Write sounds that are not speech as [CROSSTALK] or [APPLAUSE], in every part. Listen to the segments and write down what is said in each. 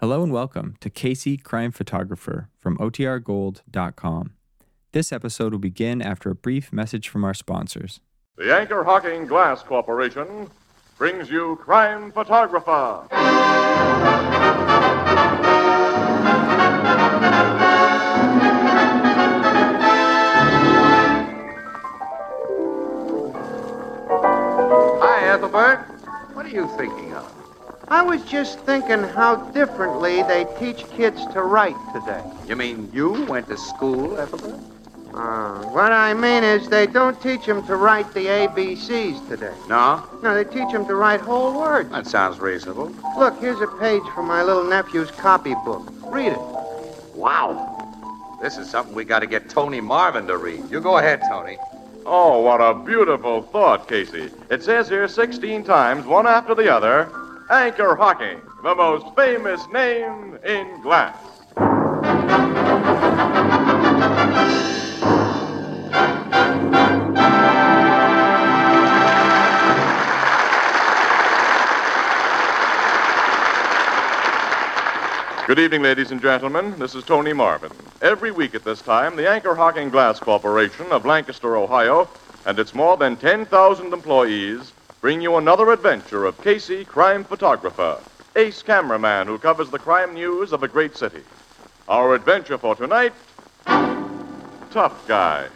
Hello and welcome to Casey Crime Photographer from OTRGold.com. This episode will begin after a brief message from our sponsors. The Anchor Hocking Glass Corporation brings you Crime Photographer. Hi, Ethelbert. What are you thinking of? I was just thinking how differently they teach kids to write today. You mean you went to school, Ethelbert? Uh, what I mean is they don't teach them to write the ABCs today. No? No, they teach them to write whole words. That sounds reasonable. Look, here's a page from my little nephew's copybook. Read it. Wow. This is something we got to get Tony Marvin to read. You go ahead, Tony. Oh, what a beautiful thought, Casey. It says here 16 times, one after the other Anchor Hocking, the most famous name in glass. Good evening, ladies and gentlemen. This is Tony Marvin. Every week at this time, the Anchor Hocking Glass Corporation of Lancaster, Ohio, and its more than 10,000 employees bring you another adventure of Casey, crime photographer, ace cameraman who covers the crime news of a great city. Our adventure for tonight Tough Guy.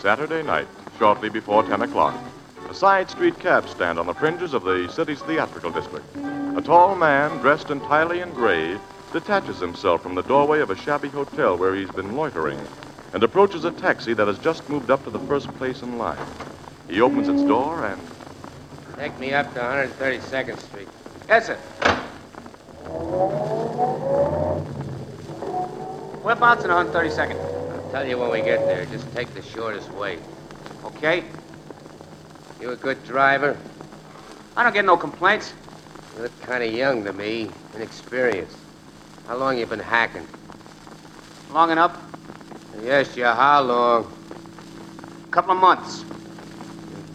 Saturday night, shortly before 10 o'clock. A side street cab stand on the fringes of the city's theatrical district. A tall man, dressed entirely in gray, detaches himself from the doorway of a shabby hotel where he's been loitering and approaches a taxi that has just moved up to the first place in line. He opens its door and. Take me up to 132nd Street. Yes, sir. Whereabouts in 132nd? I'll tell you when we get there. Just take the shortest way. Okay. You a good driver? I don't get no complaints. You look kind of young to me, inexperienced. How long you been hacking? Long enough? Yes, you. How long? Couple of months.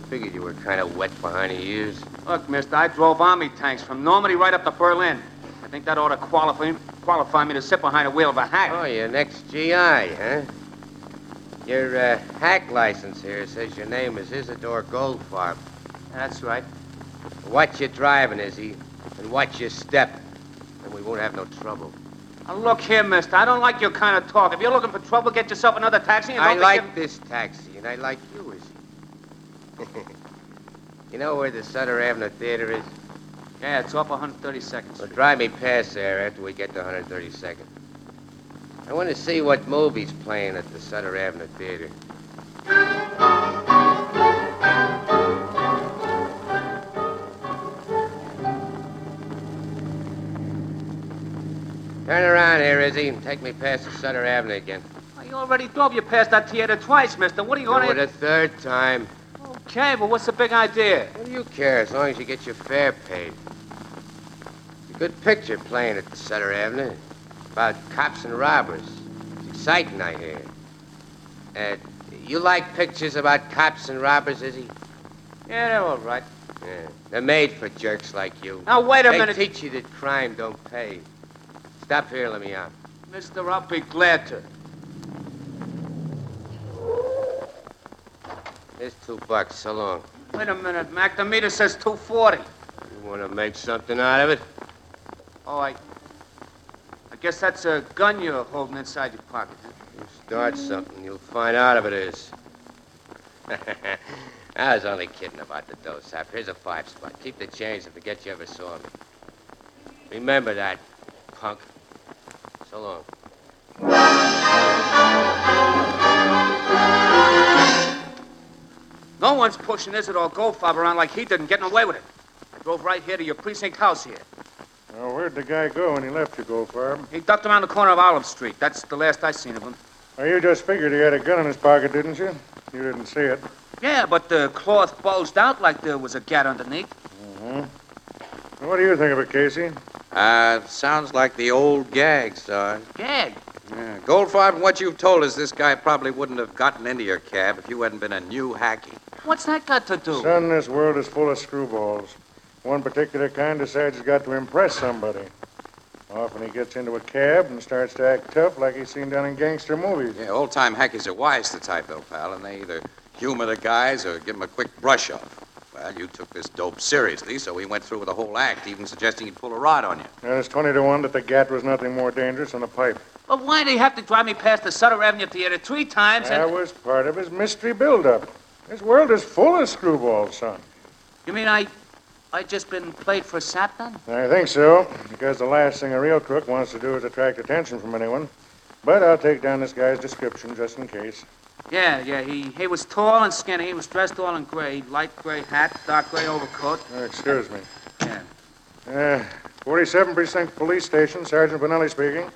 Figured you were kind of wet behind the ears. Look, mister, I drove army tanks from Normandy right up to Berlin. I think that ought to qualify, qualify me to sit behind the wheel of a hack. Oh, you're next GI, huh? Your uh, hack license here says your name is Isidore Goldfarb. That's right. Watch your driving, Izzy, and watch your step, and we won't have no trouble. Now, look here, mister, I don't like your kind of talk. If you're looking for trouble, get yourself another taxi and I don't be like giving- this taxi, and I like you, Izzy. [LAUGHS] you know where the Sutter Avenue Theater is? Yeah, it's off 132nd Well, Street. drive me past there after we get to 132nd. I want to see what movie's playing at the Sutter Avenue Theater. Turn around here, Izzy, and take me past the Sutter Avenue again. Well, you already drove you past that theater twice, mister. What are you Do going it to... a third time. Okay, well, what's the big idea? What do you care as long as you get your fare paid? It's a good picture playing at the Sutter Avenue about cops and robbers. It's exciting, I hear. Uh, you like pictures about cops and robbers, Izzy? Yeah, they're all right. Yeah. They're made for jerks like you. Now, wait a they minute. teach you that crime don't pay. Stop here, let me out. Mister, I'll be glad to. Here's two bucks. So long. Wait a minute, Mac. The meter says 240. You want to make something out of it? Oh, I. I guess that's a gun you're holding inside your pocket. You start something, you'll find out if it is. [LAUGHS] I was only kidding about the dough sap. Here's a five spot. Keep the change and forget you ever saw me. Remember that, punk. So long. No one's pushing Isidore Goldfarb around like he did and getting away with it. I drove right here to your precinct house here. Now, where'd the guy go when he left you, Goldfarb? He ducked around the corner of Olive Street. That's the last I seen of him. Well, you just figured he had a gun in his pocket, didn't you? You didn't see it. Yeah, but the cloth bulged out like there was a gat underneath. Mm-hmm. Well, what do you think of it, Casey? Uh, sounds like the old gag, Sarge. Gag. Yeah. Goldfarb, what you've told us, this guy probably wouldn't have gotten into your cab if you hadn't been a new hacky. What's that got to do? Son, this world is full of screwballs. One particular kind decides he's got to impress somebody. Often he gets into a cab and starts to act tough like he's seen down in gangster movies. Yeah, old time hackers are wise to type, though, pal, and they either humor the guys or give them a quick brush off. Well, you took this dope seriously, so he went through with the whole act, even suggesting he'd pull a rod on you. Now, it's 20 to 1 that the gat was nothing more dangerous than a pipe. Well, why do you have to drive me past the Sutter Avenue Theater three times? That was part of his mystery buildup. This world is full of screwballs, son. You mean I, I just been played for sap then? I think so, because the last thing a real crook wants to do is attract attention from anyone. But I'll take down this guy's description just in case. Yeah, yeah. He he was tall and skinny. He was dressed all in gray, light gray hat, dark gray overcoat. Uh, excuse me. Yeah. Uh, 47 Precinct Police Station, Sergeant Benelli speaking.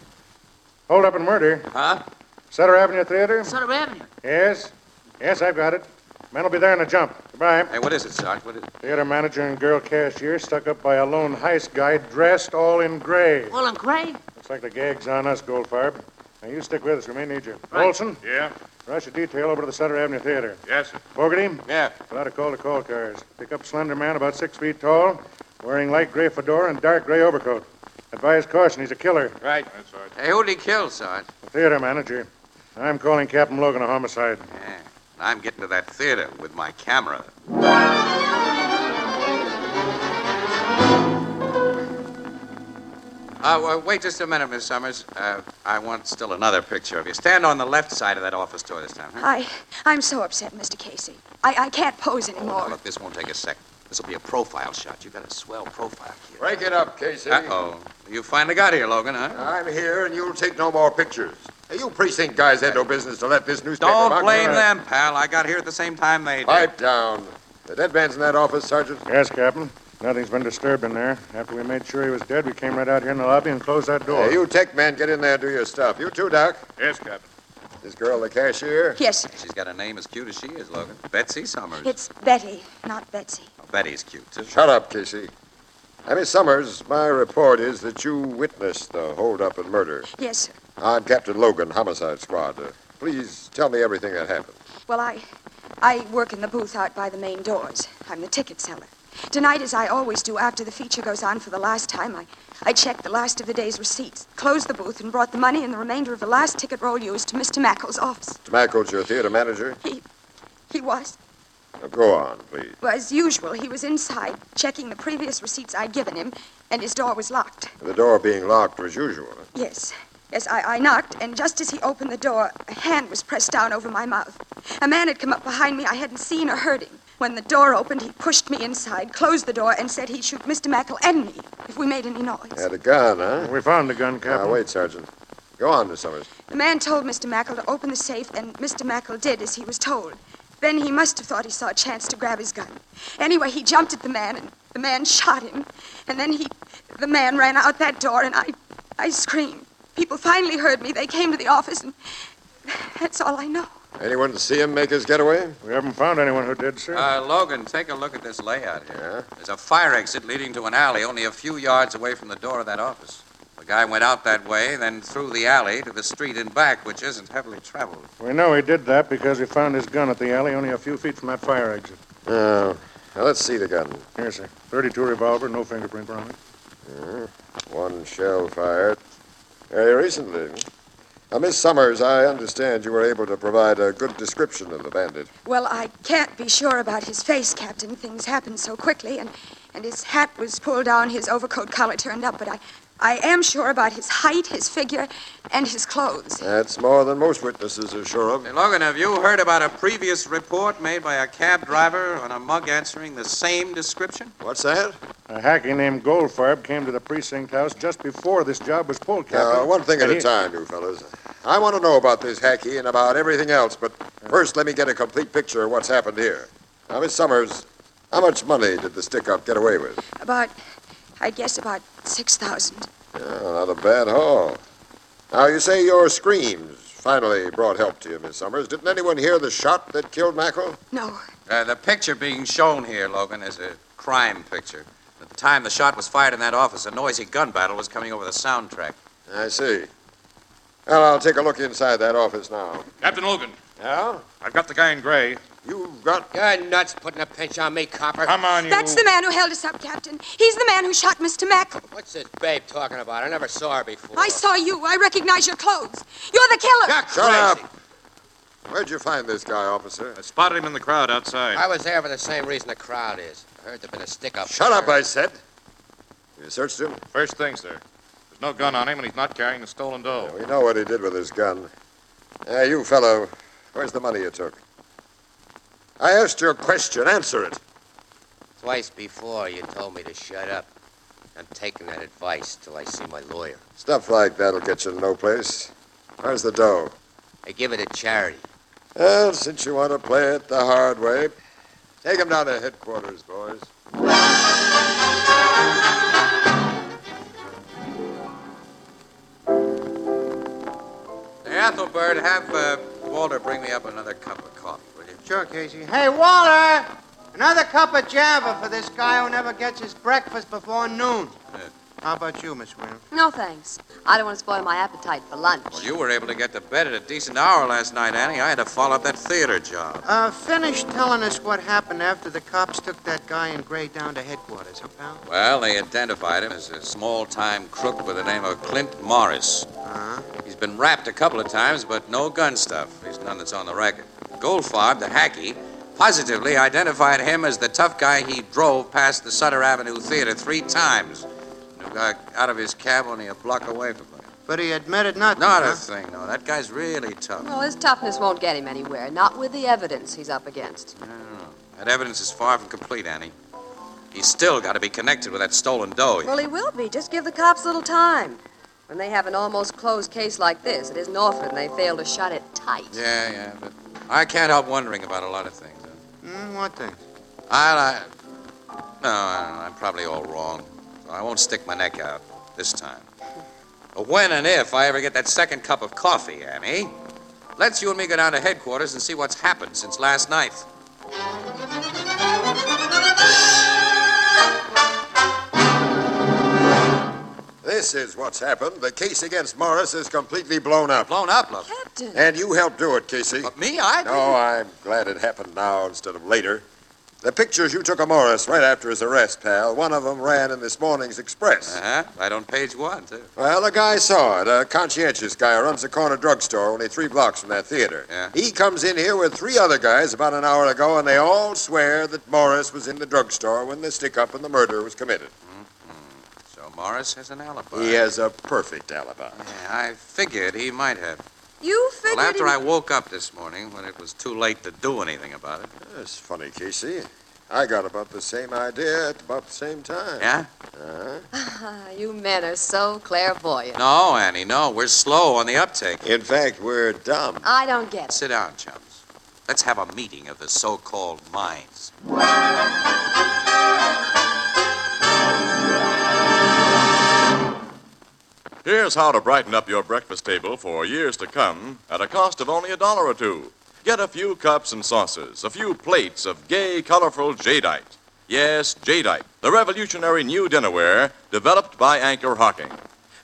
Hold up and murder. Huh? Sutter Avenue Theater? Sutter Avenue. Yes. Yes, I've got it. Men will be there in a jump. Goodbye. Hey, what is it, Sarge? What is it? Theater manager and girl cashier stuck up by a lone heist guy dressed all in gray. All in gray. Looks like the gag's on us, Goldfarb. Now, you stick with us. We may need you. Right. Olson, Yeah? rush a detail over to the Sutter Avenue Theater. Yes, sir. Fogarty, Yeah. fill out a call to call cars. Pick up slender man about six feet tall, wearing light gray fedora and dark gray overcoat. Advise caution. He's a killer. Right. That's all right. Hey, who'd he kill, Sarge? The theater manager. I'm calling Captain Logan a homicide. Yeah. I'm getting to that theater with my camera. Uh, wa- wait just a minute, Miss Summers. Uh, I want still another picture of you. Stand on the left side of that office door this time. Huh? I, I'm so upset, Mr. Casey. I, I can't pose Now, anymore. look, this won't take a second. This will be a profile shot. You got a swell profile here. Break it up, Casey. Uh-oh. You finally got here, Logan, huh? I'm here, and you'll take no more pictures. Hey, you precinct guys had no business to let this newspaper. Don't run. blame them, pal. I got here at the same time they did. Pipe down. The dead man's in that office, Sergeant. Yes, Captain. Nothing's been disturbed in there. After we made sure he was dead, we came right out here in the lobby and closed that door. Hey, you tech men, get in there and do your stuff. You too, Doc. Yes, Captain. This girl, the cashier. Yes, sir. She's got a name as cute as she is, Logan. Betsy Summers. It's Betty, not Betsy. Oh, Betty's cute, too. Shut up, Casey. Now, Miss Summers, my report is that you witnessed the holdup and murder. Yes, sir. I'm Captain Logan, Homicide Squad. Uh, please tell me everything that happened. Well, I, I work in the booth out by the main doors. I'm the ticket seller. Tonight, as I always do after the feature goes on for the last time, I, I checked the last of the day's receipts, closed the booth, and brought the money and the remainder of the last ticket roll used to Mr. Mackle's office. Tobacco's your theater manager? He was, Now, go on, please. well, as usual, he was inside checking the previous receipts I'd given him, and his door was locked. The door being locked was usual. Yes. Yes, I, I knocked, and just as he opened the door, a hand was pressed down over my mouth. A man had come up behind me. I hadn't seen or heard him. When the door opened, he pushed me inside, closed the door, and said he'd shoot Mr. Mackle and me if we made any noise. Had a gun, huh? We found the gun, Captain. Now, wait, Sergeant. Go on, Miss Summers. The man told Mr. Mackle to open the safe, and Mr. Mackle did as he was told. Then he must have thought he saw a chance to grab his gun. Anyway, he jumped at the man, and the man [LAUGHS] shot him. And then he, the man ran out that door, and I, I screamed. People finally heard me. They came to the office, and that's all I know. Anyone see him make his getaway? We haven't found anyone who did, sir. Uh, Logan, take a look at this layout here. There's a fire exit leading to an alley only a few yards away from the door of that office. The guy went out that way, then through the alley to the street in back, which isn't heavily traveled. we know he did that because we found his gun at the alley only a few feet from that fire exit. No. Ah. Now, let's see the gun. Here, sir. 32 revolver, no fingerprint on it. Hmm. One shell fired. Very recently. Now, Miss Summers, I understand you were able to provide a good description of the bandit. Well, I can't be sure about his face, Captain. Things happened so quickly, and, and his hat was pulled down, his overcoat collar turned up, but I, I am sure about his height, his figure, and his clothes. That's more than most witnesses are sure of. Hey, Logan, have you heard about a previous report made by a cab driver on a mug answering the same description? What's that? A hacky named Goldfarb came to the precinct house just before this job was pulled, Captain. Now, Uh, one thing at And a he- time, you fellas. I want to know about this hacky and about everything else, but first let me get a complete picture of what's happened here. Now, Miss Summers, how much money did the stick-up get away with? About, I guess, about 6,000. Oh, not a bad haul. Now, you say your screams finally brought help to you, Miss Summers. Didn't anyone hear the shot that killed Mackerel? No, Uh, the picture being shown here, Logan, is a crime picture. At the time the shot was fired in that office, a noisy gun battle was coming over the soundtrack. I see. Well, I'll take a look inside that office now. Captain Logan, Yeah? I've got the guy in gray. You've got. You're nuts putting a pinch on me, copper. Come on, you. That's the man who held us up, Captain. He's the man who shot Mr. Mackle. What's this babe talking about? I never saw her before. I saw you. I recognize your clothes. You're the killer. You're Shut crazy. up. Where'd you find this guy, officer? I spotted him in the crowd outside. I was there for the same reason the crowd is. I heard there'd been a stick up. Shut up, I said. You searched him? First thing, sir. There's no gun on him, and he's not carrying the stolen dough. We know what he did with his gun. Hey, you fellow, where's the money you took? I asked you a question. Answer it. Twice before you told me to shut up. I'm taking that advice till I see my lawyer. Stuff like that'll get you no place. Where's the dough? I give it to charity. Well, since you want to play it the hard way, take him down to headquarters, boys. Hey, Ethelbert, have uh, Walter bring me up another cup of coffee, will you? Sure, Casey. Hey, Walter! Another cup of java for this guy who never gets his breakfast before noon. How about you, Miss Wynn? No, thanks. I don't want to spoil my appetite for lunch. Well, you were able to get to bed at a decent hour last night, Annie. I had to follow up that theater job. Uh, finish telling us what happened after the cops took that guy in gray down to headquarters, huh, pal? Well, they identified him as a small time crook by the name of Clint Morris. Uh-huh. He's been rapped a couple of times, but no gun stuff, at least none that's on the record. Goldfarb, the hacky, positively identified him as the tough guy he drove past the Sutter Avenue Theater three times. And who got out of his cab only a block away from him. But he admitted nothing. Not huh? a thing, no. That guy's really tough. Well, his toughness won't get him anywhere, not with the evidence he's up against. That evidence is far from complete, Annie. He's still got to be connected with that stolen dough. Well, he will be. Just give the cops a little time. When they have an almost closed case like this, it isn't often they fail to shut it tight. [SIGHS] Yeah, yeah, but I can't help wondering about a lot of things. Mm, what thing? I, I no, I don't know. I'm probably all wrong. So I won't stick my neck out this time. But when and if I ever get that second cup of coffee, Annie, let's you and me go down to headquarters and see what's happened since last night. This is what's happened. The case against Morris is completely blown up. Blown up, love. Captain, And you helped do it, Casey. But me, I didn't. No, I'm glad it happened now instead of later. The pictures you took of Morris right after his arrest, pal, one of them ran in this morning's Express. Uh-huh. Right on page one, too. Well, a guy saw it, a conscientious guy who runs a corner drugstore only three blocks from that theater. Yeah. He comes in here with three other guys about an hour ago, and they all swear that Morris was in the drugstore when the stick up and the murder was committed. So Morris has an alibi. He has a perfect alibi. Yeah, I figured he might have. you figured Well, after he- I woke up this morning, when it was too late to do anything about it. That's funny, Casey. I got about the same idea at about the same time. Yeah? Uh-huh. Ah, you men are so clairvoyant. No, Annie, no. We're slow on the uptake. In fact, we're dumb. I don't get it. Sit down, chums. Let's have a meeting of the so-called minds. Here's how to brighten up your breakfast table for years to come at a cost of only a dollar or two. Get a few cups and saucers, a few plates of gay, colorful jadeite. Yes, jadeite, the revolutionary new dinnerware developed by Anchor Hocking.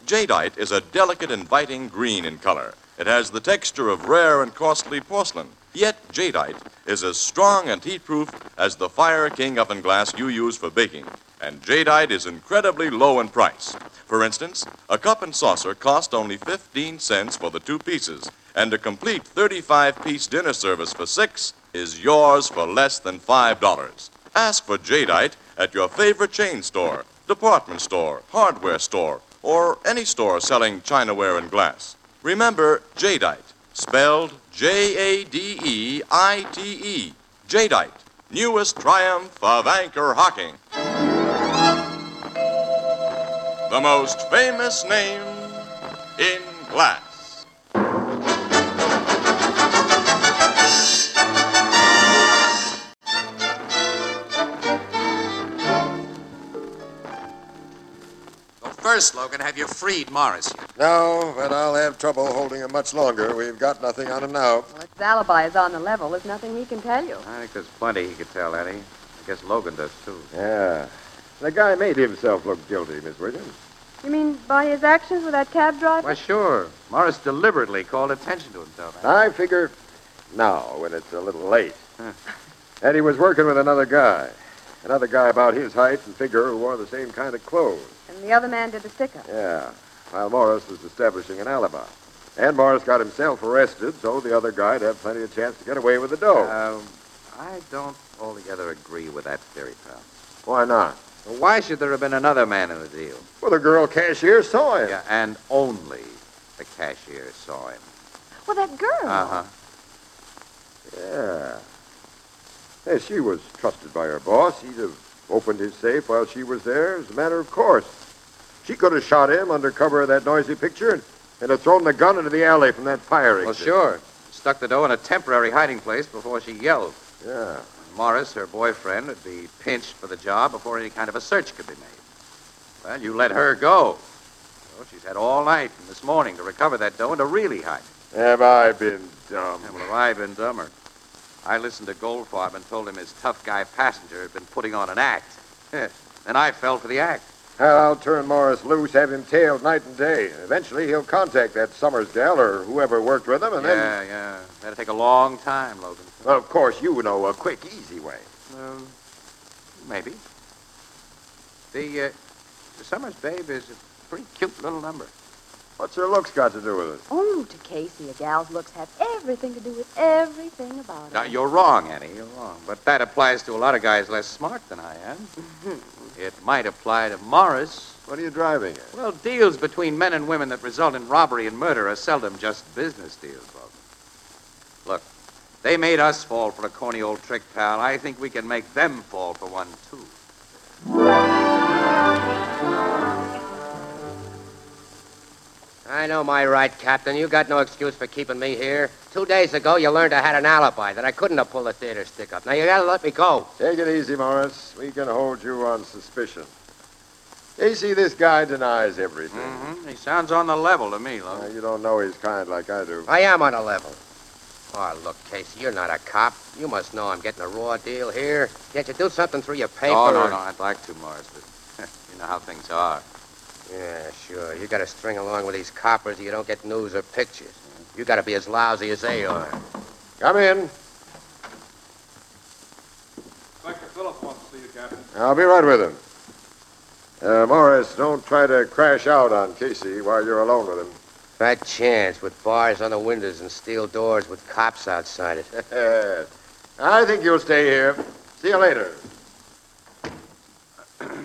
Jadeite is a delicate, inviting green in color. It has the texture of rare and costly porcelain. Yet jadeite is as strong and heat-proof as the Fire King oven glass you use for baking. And jadeite is incredibly low in price. For instance, a cup and saucer cost only 15 cents for the two pieces, and a complete 35-piece dinner service for six is yours for less than $5. Ask for jadeite at your favorite chain store, department store, hardware store, or any store selling chinaware and glass. Remember jadeite, spelled J A D E I T E. Jadeite, newest triumph of anchor hocking. The most famous name in glass. Well, first, Logan, have you freed Morris yet? No, but I'll have trouble holding him much longer. We've got nothing on him now. Well, if his alibi is on the level, there's nothing he can tell you. I think there's plenty he could tell, Annie. I guess Logan does, too. Yeah. The guy made himself look guilty, Miss Williams. You mean by his actions with that cab driver? Why, sure. Morris deliberately called attention to himself. I figure now, when it's a little late. And he was working with another guy. Another guy about his height and figure who wore the same kind of clothes. And the other man did the stick up. Yeah. While Morris was establishing an alibi. And Morris got himself arrested, so the other guy'd have plenty of chance to get away with the dough. Um, I don't altogether agree with that theory, pal. Why not? Well, why should there have been another man in the deal? Well, the girl cashier saw him. Yeah, and only the cashier saw him. Well, that girl. Uh huh. Yeah. Yeah, she was trusted by her boss. He'd have opened his safe while she was there, as a matter of course. She could have shot him under cover of that noisy picture and, and have thrown the gun into the alley from that fire exit. Well, sure. Stuck the dough in a temporary hiding place before she yelled. Yeah. Morris, her boyfriend, would be pinched for the job before any kind of a search could be made. Well, you let her go. Well, she's had all night and this morning to recover that dough and to really hide it. Have I been dumb? Yeah, well, have I been dumber? I listened to Goldfarb and told him his tough guy passenger had been putting on an act. Then I fell for the act. I'll turn Morris loose, have him tailed night and day. Eventually, he'll contact that Summers gal or whoever worked with him, and yeah, then. yeah. That'll take a long time, Logan. Well, of course, you know a quick, easy way. Um, maybe. The, uh, the Summers babe is a pretty cute little number. What's her looks got to do with it? Oh, to Casey, a gal's looks have everything to do with everything about it. Now, you're wrong, Annie. You're wrong. But that applies to a lot of guys less smart than I am. Hmm. it might apply to Morris. What are you driving at? Well, deals between men and women that result in robbery and murder are seldom just business deals, Logan. Look, they made us fall for a corny old trick, pal. I think we can make them fall for one, too. I know my right, Captain. You got no excuse for keeping me here. Two days ago, you learned I had an alibi, that I couldn't have pulled the theater stick up. Now, you gotta let me go. Take it easy, Morris. We can hold you on suspicion. You see, this guy denies everything. Mm-hmm. He sounds on the level to me, Now, Logan. you don't know his kind like I do. I am on a level. Oh, look, Casey, you're not a cop. You must know I'm getting a raw deal here. Can't you do something through your paper? oh, no, or- no. I'd like to, Morris, but you know how things are. Yeah, sure. You gotta string along with these coppers or you don't get news or pictures. You gotta be as lousy as they are. Come in. Inspector Phillips wants to see you, Captain. I'll be right with him. Uh, Morris, don't try to crash out on Casey while you're alone with him. Fat chance with bars on the windows and steel doors with cops outside it. [LAUGHS] I think you'll stay here. See you later.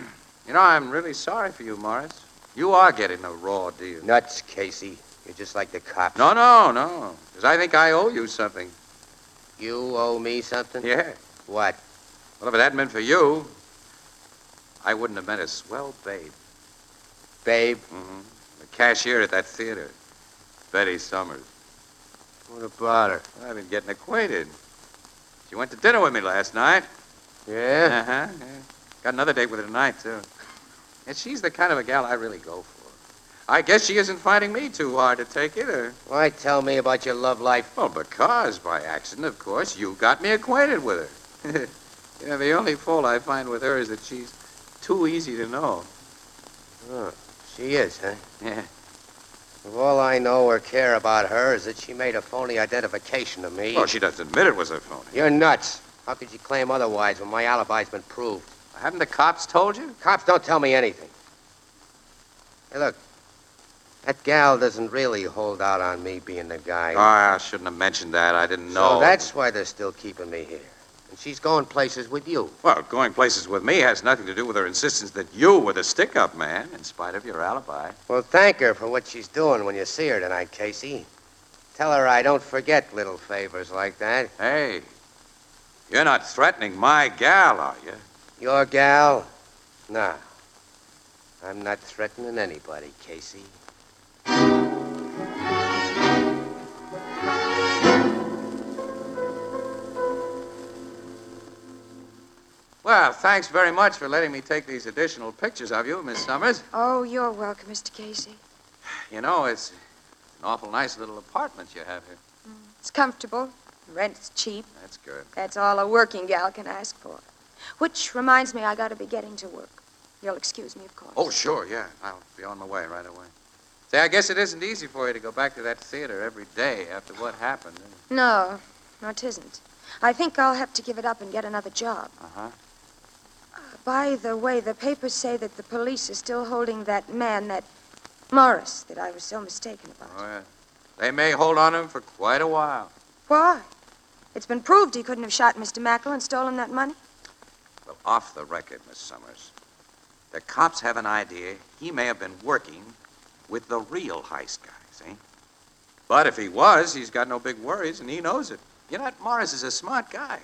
You know, I'm really sorry for you, Morris. You are getting a raw deal. Nuts, Casey. You're just like the cops. No, no, no. Because I think I owe you something. You owe me something? Yeah. What? Well, if it hadn't been for you, I wouldn't have met a swell babe. Babe? Mm-hmm. The cashier at that theater, Betty Summers. What about her? I've been getting acquainted. She went to dinner with me last night. Yeah? Uh-huh. yeah. Got another date with her tonight, too. And she's the kind of a gal I really go for. I guess she isn't finding me too hard to take either. [LAUGHS] Why tell me about your love life? Well, because by accident, of course, you got me acquainted with her. you know, the only fault I find with her is that she's too easy to know. Oh, she is, huh? Yeah. Well, all I know or care about her is that she made a phony identification of me. Well, she doesn't admit it was her phony. You're nuts. How could you claim otherwise when my alibi's been proved? Haven't the cops told you? Cops don't tell me anything. Hey, look. That gal doesn't really hold out on me being the guy. Oh, I shouldn't have mentioned that. I didn't know. So that's why they're still keeping me here. And she's going places with you. Well, going places with me has nothing to do with her insistence that you were the stick up man, in spite of your alibi. Well, thank her for what she's doing when you see her tonight, Casey. Tell her I don't forget little favors like that. Hey, you're not threatening my gal, are you? Your gal? No. I'm not threatening anybody, Casey. Well, thanks very much for letting me take these additional pictures of you, Miss Summers. Oh, you're welcome, Mr. Casey. You know, it's an awful nice little apartment you have here. It's comfortable. Rent's cheap. That's good. That's all a working gal can ask for. Which reminds me, I gotta be getting to work. You'll excuse me, of course. Oh, sure, yeah. I'll be on my way right away. Say, I guess it isn't easy for you to go back to that theater every day after what happened. No, no, it isn't. I think I'll have to give it up and get another job. Uh-huh. By the way, the papers say that the police are still holding that man, that Morris, that I was so mistaken about. Oh, yeah. They may hold on him for quite a while. Why? It's been proved he couldn't have shot Mr. Mackel and stolen that money. Well, off the record, Miss Summers. The cops have an idea he may have been working with the real heist guy, see? But if he was, he's got no big worries, and he knows it. You know, that Morris is a smart guy.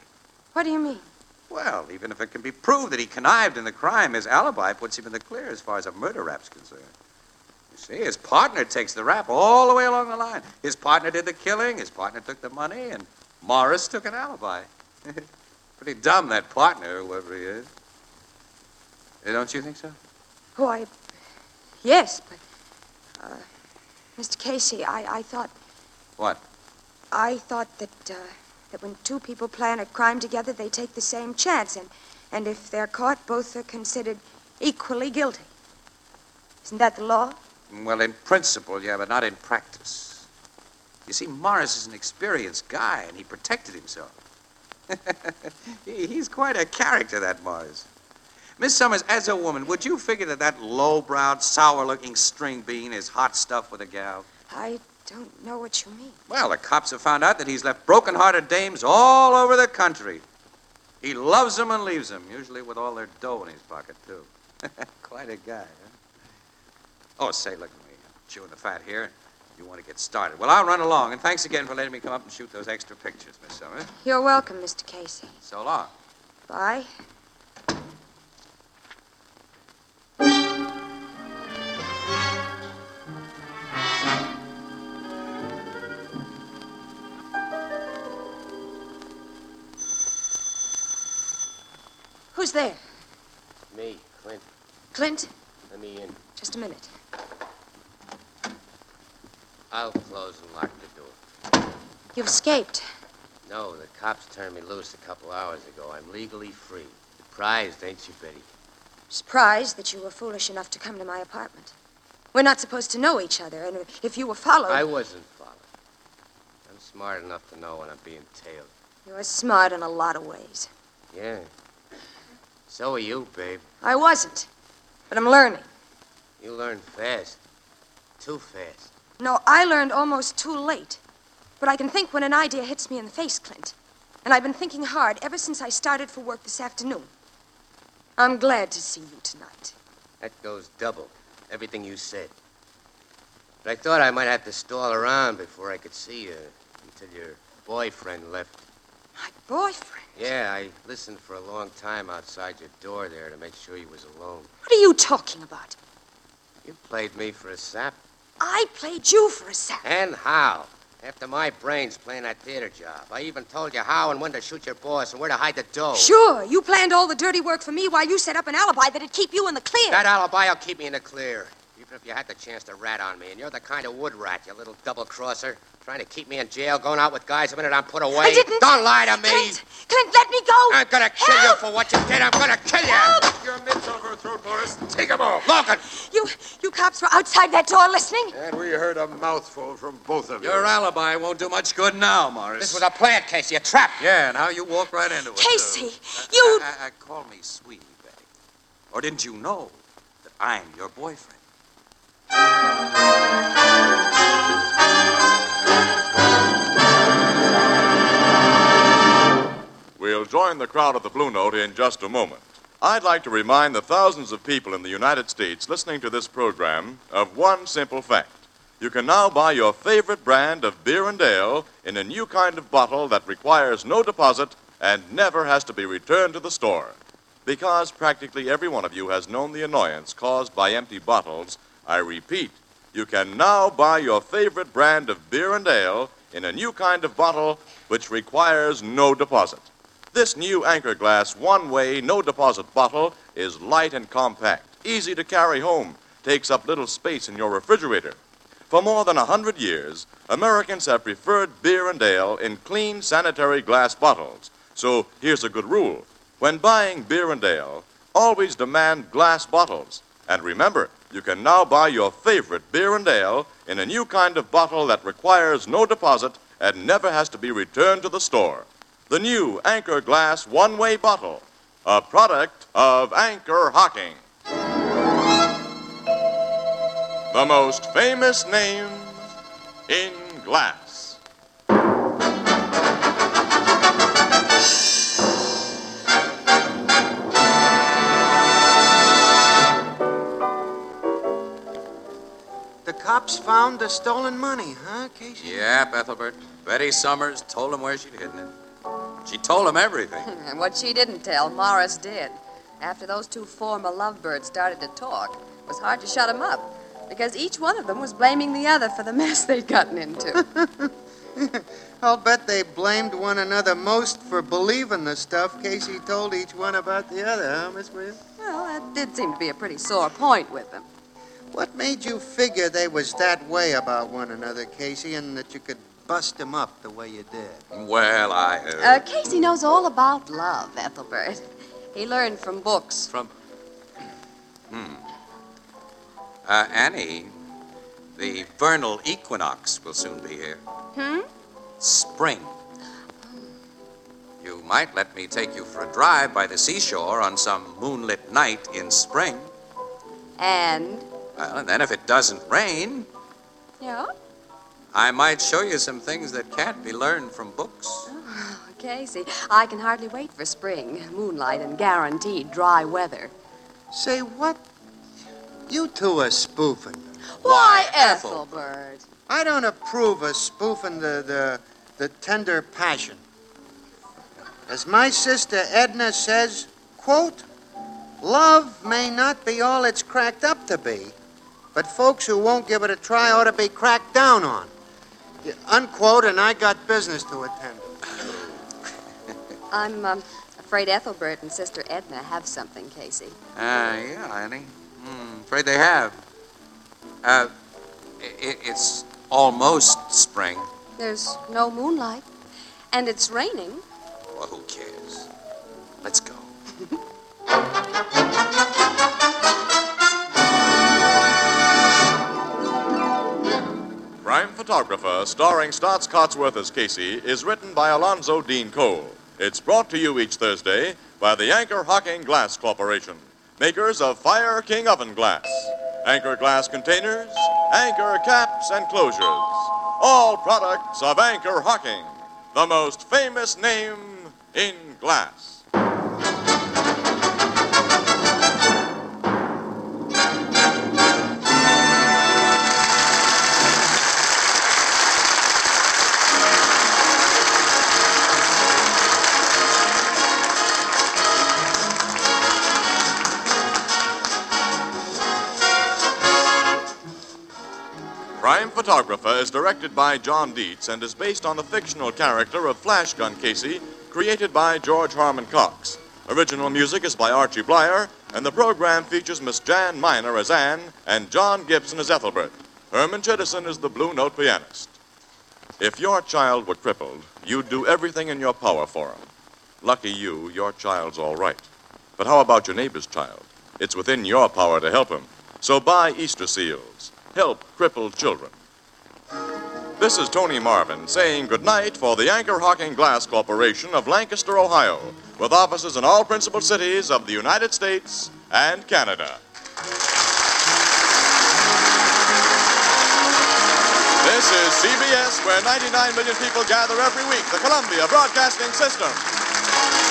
What do you mean? Well, even if it can be proved that he connived in the crime, his alibi puts him in the clear as far as a murder rap's concerned. You see, his partner takes the rap all the way along the line. His partner did the killing, his partner took the money, and Morris took an alibi. [LAUGHS] Pretty dumb, that partner, whoever he is. Eh, Don't you think so? Why, yes, but. Uh, Mr. Casey, I, I thought. What? I thought that, uh, that when two people plan a crime together, they take the same chance, and, and if they're caught, both are considered equally guilty. Isn't that the law? Well, in principle, yeah, but not in practice. You see, Morris is an experienced guy, and he protected himself. [LAUGHS] He- He's quite a character, that Morris. Miss Summers, as a woman, would you figure that that low-browed, sour-looking string bean is hot stuff with a gal? I don't know what you mean. Well, the cops have found out that he's left broken-hearted dames all over the country. He loves them and leaves them, usually with all their dough in his pocket, too. [LAUGHS] Quite a guy, huh? Oh, say, look at me. Chewing the fat here. You want to get started. Well, I'll run along, and thanks again for letting me come up and shoot those extra pictures, Miss Summers. You're welcome, Mr. Casey. So long. Bye. Who's there? Me, Clint, Clint? let me in. Just a minute. I'll close and lock the door. You've escaped. No, the cops turned me loose a couple hours ago. I'm legally free. Surprised, ain't you, Betty? Surprised that you were foolish enough to come to my apartment. We're not supposed to know each other, and if you were followed. I wasn't followed. I'm smart enough to know when I'm being tailed. You're smart in a lot of ways. Yeah. So are you, babe. I wasn't, but I'm learning. You learn fast. Too fast. No, I learned almost too late. But I can think when an idea hits me in the face, Clint. And I've been thinking hard ever since I started for work this afternoon. I'm glad to see you tonight. That goes double. Everything you said. But I thought I might have to stall around before I could see you until your boyfriend left. Boyfriend, Yeah, I listened for a long time outside your door there to make sure you was alone. what are you talking about? You played me for a sap. I played you for a sap. And how? After my brains playing that theater job. I even told you how and when to shoot your boss and where to hide the Oh. dough. Sure, you planned all the dirty work for me while you set up an alibi that'd keep you in the clear. That alibi will keep me in the clear. Even if you had the chance to rat on me, and you're the kind of wood rat, you little double crosser. Trying to keep me in jail, going out with guys the minute I'm put away. I didn't- Don't lie to me! Clint, Clint, let me go! I'm gonna kill you for what you did! I'm gonna kill you! Your mitts over her throat, Morris. Take him off! Logan! You, you cops were outside that door listening? And we heard a mouthful from both of you. Your alibi won't do much good now, Morris. This was a plan, Casey, a trap. Yeah, and how you walk right into it. too. Casey, you. I, I, I Uh, call me sweetie, Betty. Or didn't you know that I'm your boyfriend? We'll join the crowd at the Blue Note in just a moment. I'd like to remind the thousands of people in the United States listening to this program of one simple fact. You can now buy your favorite brand of beer and ale in a new kind of bottle that requires no deposit and never has to be returned to the store. Because practically every one of you has known the annoyance caused by empty bottles, I repeat, you can now buy your favorite brand of beer and ale in a new kind of bottle which requires no deposit. This new Anchor Glass one way, no deposit bottle is light and compact, easy to carry home, takes up little space in your refrigerator. For more than a hundred years, Americans have preferred beer and ale in clean, sanitary glass bottles. So here's a good rule when buying beer and ale, always demand glass bottles. And remember, you can now buy your favorite beer and ale in a new kind of bottle that requires no deposit and never has to be returned to the store. the new Anchor Glass one way bottle, a product of Anchor Hocking. The most famous names in glass. The cops found the stolen money, huh, Casey? Yeah, Ethelbert. Betty Summers told him where she'd hidden it. She told him everything. and what she didn't tell, Morris did. After those two former lovebirds started to talk, it was hard to shut 'em up because each one of them was blaming the other for the mess [LAUGHS] they'd [LAUGHS] gotten into. I'll bet they blamed one another most for believing the stuff Casey told each one about the other, huh, Miss Williams? well, that did seem to be a pretty sore point with them. What made you figure they was that way about one another, Casey, and that you could bust them up the way you did? Well, I heard. Uh, Casey knows all about love, Ethelbert. [LAUGHS] He learned from books. From. Hmm. Uh, Annie, the vernal equinox will soon be here. Hmm? Spring. You might let me take you for a drive by the seashore on some moonlit night in spring. And? Well, and then if it doesn't rain, Yeah? I might show you some things that can't be learned from books. Oh, Casey, I can hardly wait for spring, moonlight, and guaranteed dry weather. Say what? You two are spoofing. Why, Ethelbert? I don't approve of spoofing the, the, the tender passion. As my sister Edna says, quote, love may not be all it's cracked up to be, but folks who won't give it a try ought to be cracked down on. Yeah, Unquote, and I got business to attend to. I'm um, afraid Ethelbert and Sister Edna have something, Casey. Uh, yeah, Annie. Hmm, afraid they have. Uh, i i- it's almost spring. There's no moonlight, and it's raining. Well, who cares? Let's go. Crime Photographer, starring Stotts Cotsworth as Casey, is written by Alonzo Dean Cole. It's brought to you each Thursday by the Anchor Hocking Glass Corporation, makers of Fire King Oven Glass, Anchor Glass Containers, Anchor Caps and Closures. All products of Anchor Hocking, the most famous name in glass. Crime Photographer is directed by John Dietz and is based on the fictional character of Flash Gun Casey, created by George Harmon Cox. Original music is by Archie Blyer, and the program features Miss Jan Miner as Anne and John Gibson as Ethelbert. Herman Chittison is the Blue Note pianist. If your child were crippled, you'd do everything in your power for him. Lucky you, your child's all right. But how about your neighbor's child? It's within your power to help him. So buy Easter seals. Help crippled children. This is Tony Marvin saying goodnight for the Anchor Hocking Glass Corporation of Lancaster, Ohio, with offices in all principal cities of the United States and Canada. This is CBS, where 99 million people gather every week, the Columbia Broadcasting System.